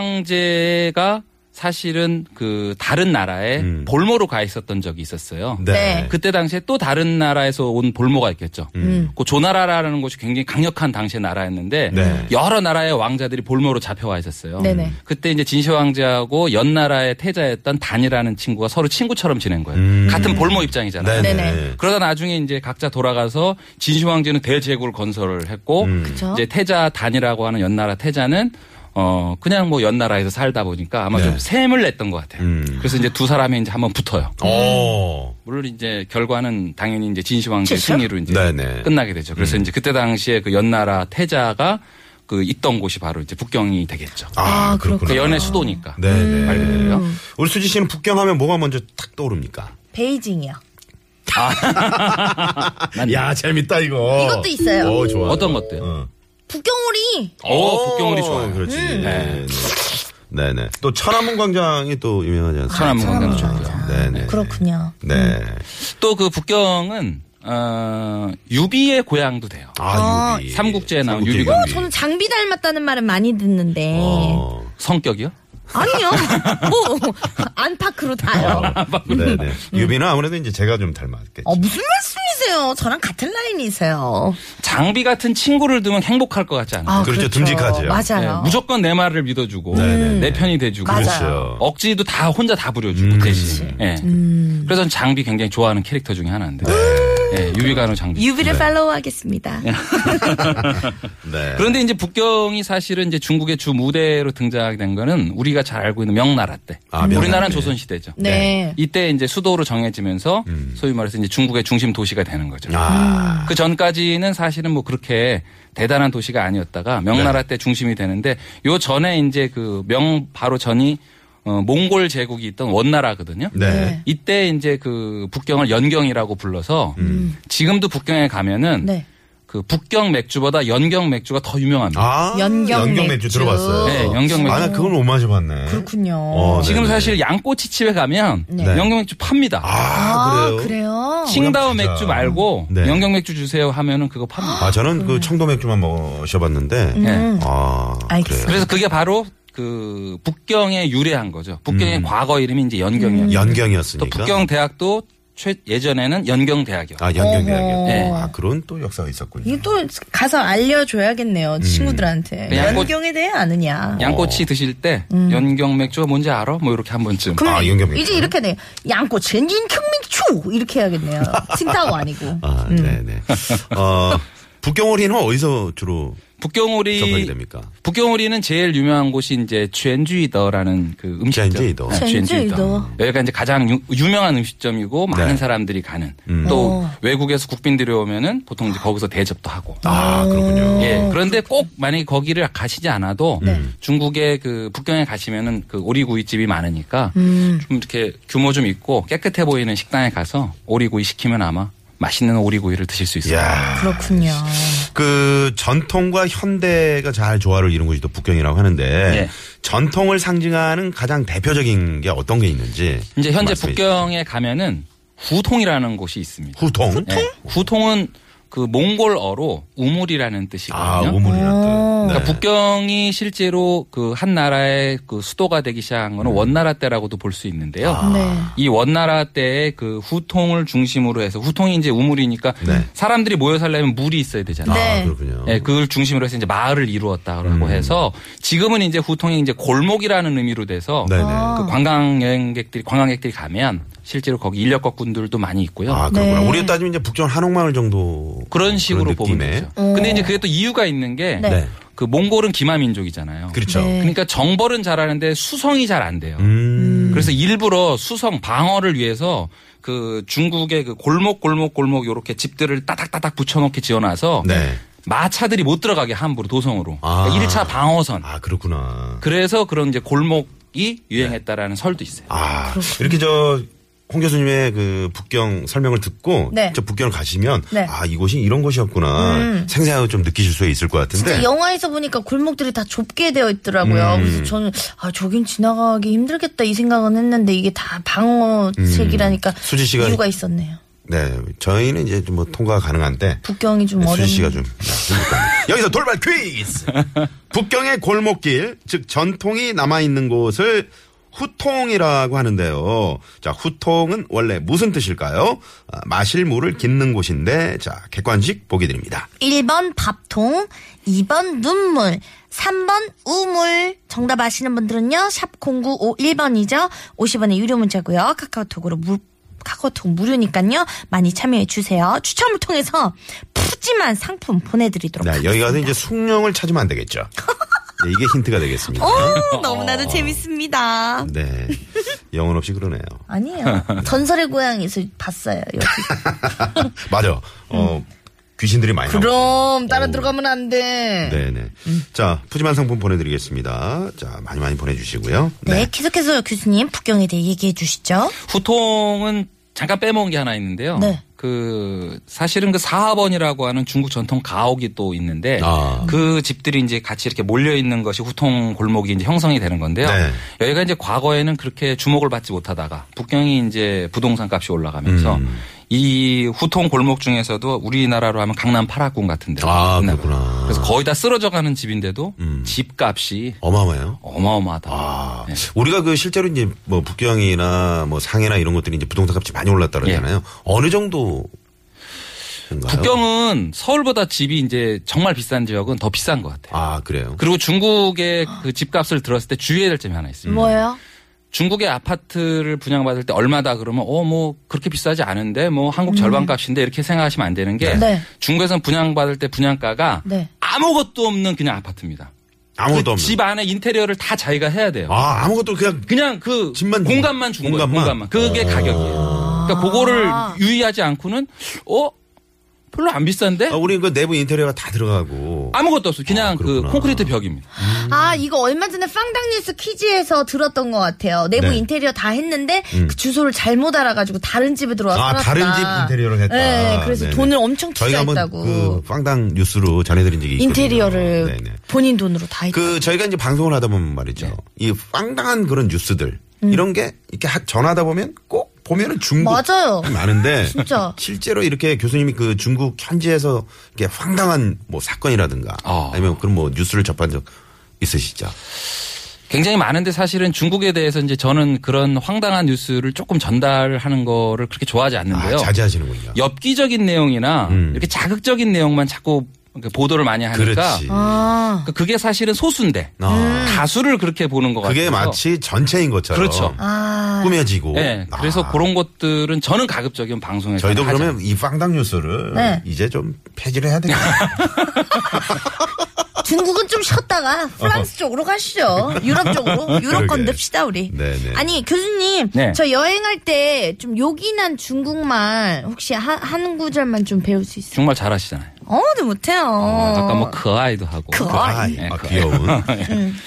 진시황제가 사실은 그 다른 나라에 볼모로 가 있었던 적이 있었어요. 네. 그때 당시에 또 다른 나라에서 온 볼모가 있겠죠. 그 조나라라는 곳이 굉장히 강력한 당시의 나라였는데 네. 여러 나라의 왕자들이 볼모로 잡혀와 있었어요. 네네. 그때 이제 진시황제하고 연나라의 태자였던 단이라는 친구가 서로 친구처럼 지낸 거예요. 같은 볼모 입장이잖아요. 네네. 네네. 그러다 나중에 이제 각자 돌아가서 진시황제는 대제국을 건설을 했고 음. 그쵸. 이제 태자 단이라고 하는 연나라 태자는 어 그냥 뭐 연나라에서 살다 보니까 아마 좀 셈을 냈던 것 같아요. 네. 음. 그래서 이제 두 사람이 이제 한번 붙어요. 오. 물론 이제 결과는 당연히 이제 진시황제 진짜? 승리로 이제 네네. 음. 끝나게 되죠. 그래서 이제 그때 당시에 그 연나라 태자가 그 있던 곳이 바로 이제 북경이 되겠죠. 아, 그렇구나. 그 연의 수도니까. 네네. 말 그대로요. 음. 우리 수지 씨는 북경하면 뭐가 먼저 탁 떠오릅니까? 베이징이요. 난 야, 재밌다 이거. 이것도 있어요. 오, 좋아. 어떤 것도요? 어. 북경오리. 어, 북경오리 좋아요. 그렇지. 네네. 네네. 또 천안문 광장이 또 유명하지 않습니까? 천안문 광장도 좋고요. 네, 아, 네네. 그렇군요. 네. 또 그 북경은 어, 유비의 고향도 돼요. 아, 유비. 삼국지에 나온 삼국지 어, 유비가. 유비. 저는 장비 닮았다는 말은 많이 듣는데 어. 성격이요? 아니요. 뭐 안팎으로 어, 다요. 네네. 음. 유비는 아무래도 이제 제가 좀 닮았겠죠. 어, 무슨 말씀이세요? 저랑 같은 라인이세요. 장비 같은 친구를 두면 행복할 것 같지 않아요? 아, 그렇죠. 듬직하죠. 맞아요. 네, 무조건 내 말을 믿어주고 내 편이 돼주고 네, 그렇죠. 음, 억지도 다 혼자 다 부려주고 대신. 예. 음. 그래서 저는 장비 굉장히 좋아하는 캐릭터 중에 하나인데 예, 유비가는 장비. 유비를 팔로우하겠습니다. 네. 그런데 이제 북경이 사실은 이제 중국의 주 무대로 등장하게 된 거는 우리가 잘 알고 있는 명나라 때. 아, 명나라 우리나라는 때. 조선 시대죠. 네. 이때 이제 수도로 정해지면서 음. 소위 말해서 이제 중국의 중심 도시가 되는 거죠. 아, 그 전까지는 사실은 뭐 그렇게 대단한 도시가 아니었다가 네. 명나라 때 중심이 되는데 요 전에 이제 그 명 바로 전이 어, 몽골 제국이 있던 원나라거든요. 네. 이때 이제 그 북경을 연경이라고 불러서 음. 지금도 북경에 가면은 네. 그 북경 맥주보다 연경 맥주가 더 유명합니다. 아, 연경 맥주. 들어봤어요. 네, 연경 아, 나 맥주. 그걸 못 마셔봤네. 그렇군요. 어, 네. 지금 사실 양꼬치집에 가면 연경 맥주 팝니다. 아, 그래요? 그래요? 칭다오 진짜. 맥주 말고 네. 연경 맥주 주세요 하면은 그거 팝니다. 아, 저는 그 청도 맥주만 마셔봤는데. 네. 아, 알겠어요. 그래요. 그래서 그게 바로 그 북경에 유래한 거죠. 북경의 과거 이름이 이제 연경이었고 또 음. 연경이었으니까. 북경 대학도 최 예전에는 연경 대학이었고 아, 연경대학이요. 네. 아, 그런 또 역사가 있었군요. 이게 또 가서 알려줘야겠네요 음. 친구들한테 그냥 꽃- 연경에 대해 아느냐 양꼬치 드실 때 연경 맥주가 뭔지 알아? 뭐 이렇게 한 번쯤. 그럼 아, 연경 이제 맥주. 이렇게 돼 양꼬 전진 경민추 이렇게 해야겠네요 칭타오 아니고 네, 아, 네네. 어, 북경오리는 어디서 주로 접하게 북경오리 됩니까? 북경오리는 제일 유명한 곳이 이제 쥐엔주이더라는 그 음식점. 쥐엔주이더. 네, 쥐엔주이더. 여기가 이제 가장 유, 명한 음식점이고 많은 네. 사람들이 가는. 또 외국에서 국빈들이 오면은 보통 이제 거기서 대접도 하고. 아 그렇군요. 예. 그런데 그렇죠. 꼭 만약에 거기를 가시지 않아도 네. 중국의 그 북경에 가시면은 그 오리구이집이 많으니까 음. 좀 이렇게 규모 좀 있고 깨끗해 보이는 식당에 가서 오리구이 시키면 아마 맛있는 오리구이를 드실 수 있어요. 야, 그렇군요. 그 전통과 현대가 잘 조화를 이룬 곳이 또 북경이라고 하는데 예. 전통을 상징하는 가장 대표적인 게 어떤 게 있는지 이제 현재 말씀해 북경에 가면은 후통이라는 곳이 있습니다. 주세요. 후통. 예, 후통은 그 몽골어로 우물이라는 뜻이거든요. 아 우물이라는 뜻. 그러니까 네. 북경이 실제로 그 한 나라의 그 수도가 되기 시작한 네. 거는 원나라 때라고도 볼 수 있는데요. 네. 아. 이 원나라 때의 그 후통을 중심으로 해서 후통이 이제 우물이니까 네. 사람들이 모여 살려면 물이 있어야 되잖아요. 아 음. 그렇군요. 예, 그걸 중심으로 해서 이제 마을을 이루었다고 해서 지금은 이제 후통이 이제 골목이라는 의미로 돼서 네네. 그 관광 여행객들이 관광객들이 가면 실제로 거기 인력거꾼들도 많이 있고요. 아 그렇구나. 우리로 따지면 이제 북경 한옥마을 정도 그런 식으로 보면 느낌의. 되죠. 근데 이제 그게 또 이유가 있는 게 그 네. 몽골은 기마 민족이잖아요. 그렇죠. 그러니까 정벌은 잘하는데 수성이 잘 안 돼요. 음. 그래서 일부러 수성 방어를 위해서 그 중국의 그 골목 골목 골목 요렇게 집들을 따닥따닥 붙여놓게 지어놔서 네. 마차들이 못 들어가게 함부로 도성으로 아. 그러니까 1차 방어선. 아 그렇구나. 그래서 그런 이제 골목이 유행했다라는 설도 있어요. 아 이렇게 저. 홍 교수님의 그 북경 설명을 듣고 네. 직접 북경을 가시면 네. 음. 아 이곳이 이런 곳이었구나 생생하게 좀 느끼실 수 있을 것 같은데 진짜 영화에서 보니까 골목들이 다 좁게 되어 있더라고요. 음. 그래서 저는 아 저긴 지나가기 힘들겠다 이 생각은 했는데 이게 다 방어책이라니까 음. 수지 씨가- 이유가 있었네요. 네, 저희는 이제 좀 뭐 통과가 가능한데 북경이 좀 네, 수지 어려운. 씨가 좀 네, 좀 못합니다. 여기서 돌발 퀴즈. 북경의 골목길, 즉 전통이 남아 있는 곳을 후통이라고 하는데요. 자, 후통은 원래 무슨 뜻일까요? 아, 마실 물을 깃는 곳인데, 자, 객관식 보기 드립니다. 1번 밥통, 2번 눈물, 3번 우물. 정답 아시는 분들은요. 샵 0951번이죠. 50원의 유료 문자고요. 카카오톡으로 무, 카카오톡 무료니까요. 많이 참여해 주세요. 추첨을 통해서 푸짐한 상품 보내드리도록 네, 여기 하겠습니다. 가서 이제 숭령을 찾으면 안 되겠죠. 네, 이게 힌트가 되겠습니다. 오, 너무나도 재밌습니다. 네. 영혼 없이 그러네요. 아니에요. 전설의 고향에서 봤어요. 아, 여기. 맞아. 어, 귀신들이 많이 나오고. 그럼 따라 들어가면 안 돼. 네네. 자, 푸짐한 상품 보내드리겠습니다. 자, 많이 많이 보내주시고요. 네, 계속해서 교수님 북경에 대해 얘기해 주시죠. 후통은 잠깐 빼먹은 게 하나 있는데요. 네. 그 사실은 그 사하번이라고 하는 중국 전통 가옥이 또 있는데 아. 그 집들이 이제 같이 이렇게 몰려 있는 것이 후통 골목이 이제 형성이 되는 건데요. 네. 여기가 이제 과거에는 그렇게 주목을 받지 못하다가 북경이 이제 부동산 값이 올라가면서 음. 이 후통 골목 중에서도 우리나라로 하면 강남 파락군 같은 데 아, 그렇구나. 그래서 거의 다 쓰러져 가는 집인데도 집값이 어마어마해요. 어마어마하다. 아, 네. 우리가 그 실제로 이제 뭐 북경이나 뭐 상해나 이런 것들이 이제 부동산 값이 많이 올랐다 그러잖아요. 어느 정도? 북경은 서울보다 집이 이제 정말 비싼 지역은 더 비싼 것 같아요. 아, 그래요. 그리고 중국의 그 집값을 들었을 때 주의해야 될 점이 하나 음. 있습니다. 뭐예요? 중국의 아파트를 분양받을 때 얼마다 그러면 어 뭐 그렇게 비싸지 않은데 뭐 한국 절반값인데 이렇게 생각하시면 안 되는 게 음. 네. 중국에선 분양받을 때 분양가가 네. 아무것도 없는 그냥 아파트입니다. 아무것도 그 없는. 집 안에 인테리어를 다 자기가 해야 돼요. 아, 아무것도 그냥 그냥 그 집만 준 공간만 준 거예요. 공간만? 아. 공간만. 그게 가격이에요. 그러니까 그거를 아. 유의하지 않고는 어 별로 안 비싼데 아, 우리 그 내부 인테리어가 다 들어가고. 아무것도 없어요. 그냥 아, 그 그렇구나. 콘크리트 벽입니다. 음. 아, 이거 얼마 전에 빵당뉴스 퀴즈에서 들었던 것 같아요. 내부 네. 음. 인테리어 다 했는데 그 주소를 잘못 알아가지고 다른 집에 들어와 아, 살았다. 다른 집 인테리어를 했다. 네, 그래서 네네. 돈을 엄청 저희가 한번 투자했다고. 그 빵당 뉴스로 전해드린 적이 있거든요. 인테리어를 네네. 본인 돈으로 다 했다. 그 저희가 이제 방송을 하다 보면 말이죠. 네. 이 빵당한 그런 뉴스들 이런 게 이렇게 하- 전하다 보면 꼭 보면은 중국 맞아요. 그 많은데 진짜. 실제로 이렇게 교수님이 그 중국 현지에서 이렇게 황당한 뭐 사건이라든가 아. 아니면 그런 뭐 뉴스를 접한 적 있으시죠? 굉장히 많은데 사실은 중국에 대해서 이제 저는 그런 황당한 뉴스를 조금 전달하는 거를 그렇게 좋아하지 아, 않는데요. 자제하시는군요. 음. 엽기적인 내용이나 이렇게 자극적인 내용만 자꾸 이렇게 보도를 많이 하니까 그렇지. 아, 그게 사실은 소수인데 아. 다수를 그렇게 보는 것 같아요. 그게 마치 전체인 것처럼 그렇죠. 아, 꾸며지고. 예. 그래서 아. 그런 것들은 저는 가급적이면 방송에서 저희도 하지 그러면 이 빵당 뉴스를 네. 이제 좀 폐지를 해야 되겠네요. 중국은 좀 쉬었다가 프랑스 쪽으로 가시죠. 유럽 쪽으로. 유럽 건 그러게. 냅시다, 우리. 네네. 아니, 교수님. 네. 저 여행할 때 좀 요긴한 중국말 혹시 한, 한 구절만 좀 배울 수 있어요? 정말 잘하시잖아요. 어, 저 못해요. 아, 아까 뭐 그아이도 하고. 그아이. 예. 음. 네, 아, 그아이. 귀여운.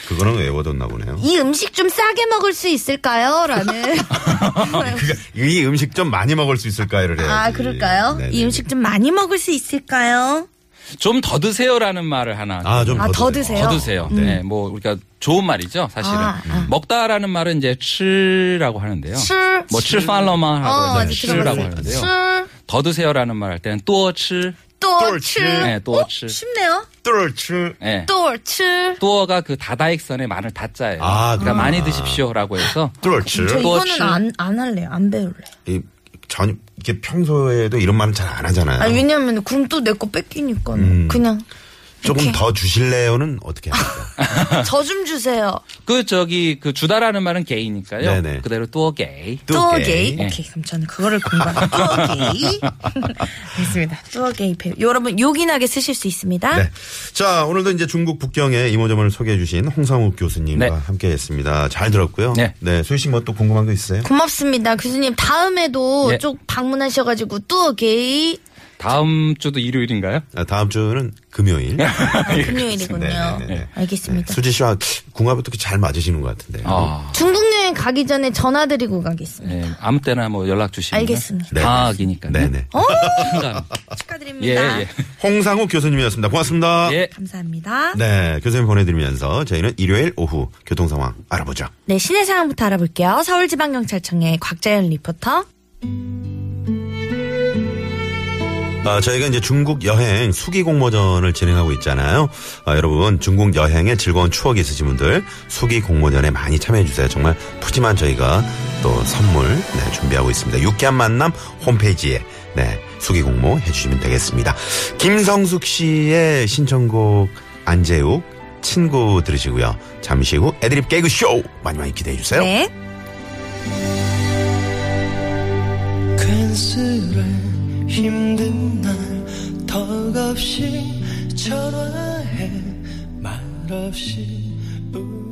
그거는 외워뒀나 보네요. 이 음식 좀 싸게 먹을 수 있을까요? 라는. 그러니까 이 음식 좀 많이 먹을 수 있을까요를 해요. 아, 그럴까요? 이 음식 좀 많이 먹을 수 있을까요? 좀 더 드세요라는 말을 하나. 아좀 아, 더 드세요? 음. 더 드세요. 네, 뭐 우리가 좋은 말이죠, 사실은. 아, 먹다라는 말은 이제 치라고 하는데요. 칠. 뭐 어, 칠팔러마라고 맞아, 해서 치라고 들어봤어요. 하는데요. 술, 더 드세요라는 말 할 때는 또 치. 또, 똘, 칠. 칠. 네, 또 어? 칠. 쉽네요. 뚫을 예. 또, 칠. 또어가 그 다다익선의 마늘 다짜예요. 아, 그러니까 그렇구나. 많이 드십시오라고 해서 음, 저 뚫을 또 이거는 칠. 안, 안 할래요. 안 배울래. 이 전혀 이게 평소에도 이런 말은 잘 안 하잖아요. 아니, 왜냐면 그럼 또 내 거 뺏기니까. 그냥. 조금 이렇게. 더 주실래요는 어떻게 할까요? 저 좀 주세요. 그 저기 그 주다라는 말은 게이니까요. 네네. 그대로 또어 게이. 뚜어게이. 예. 오케이, 그럼 저는 그거를 공부하고. 뚜어게이. 됐습니다. 뚜어게이 배우. 여러분, 요긴하게 쓰실 수 있습니다. 네. 자, 오늘도 이제 중국 북경의 이모저모를 소개해 주신 홍상욱 교수님과 네. 함께 했습니다. 잘 들었고요. 네. 소희 씨뭐 또 궁금한 거 있어요? 고맙습니다. 교수님, 다음에도 네. 쭉 방문하셔가지고, 뚜어게이. 다음 주도 일요일인가요? 아, 다음 주는 금요일. 아, 금요일이군요. 네, 네, 네. 알겠습니다. 수지 씨와 궁합이 어떻게 잘 맞으시는 것 같은데. 아. 중국 여행 가기 전에 전화드리고 가겠습니다. 네, 아무 때나 뭐 연락 주시면 알겠습니다. 네. 방학이니까요. 네네. 예, 축하드립니다. 예. 홍상욱 교수님이었습니다. 고맙습니다. 예. 감사합니다. 네. 네, 교수님 보내드리면서 저희는 일요일 오후 교통 상황 알아보죠. 네, 시내 상황부터 알아볼게요. 서울지방경찰청의 곽자연 리포터. 아, 저희가 이제 중국 여행 수기 공모전을 진행하고 있잖아요. 아, 여러분 중국 여행에 즐거운 추억이 있으신 분들 수기 공모전에 많이 참여해 주세요. 정말 푸짐한 저희가 또 선물 네, 준비하고 있습니다. 유쾌한 만남 홈페이지에 네, 수기 공모 해주시면 되겠습니다. 김성숙 씨의 신청곡 안재욱 친구 들으시고요. 잠시 후 애드립 개그 쇼 많이 많이 기대해 주세요. 네. 괜스레 힘든 날 턱없이 전화해 말없이 우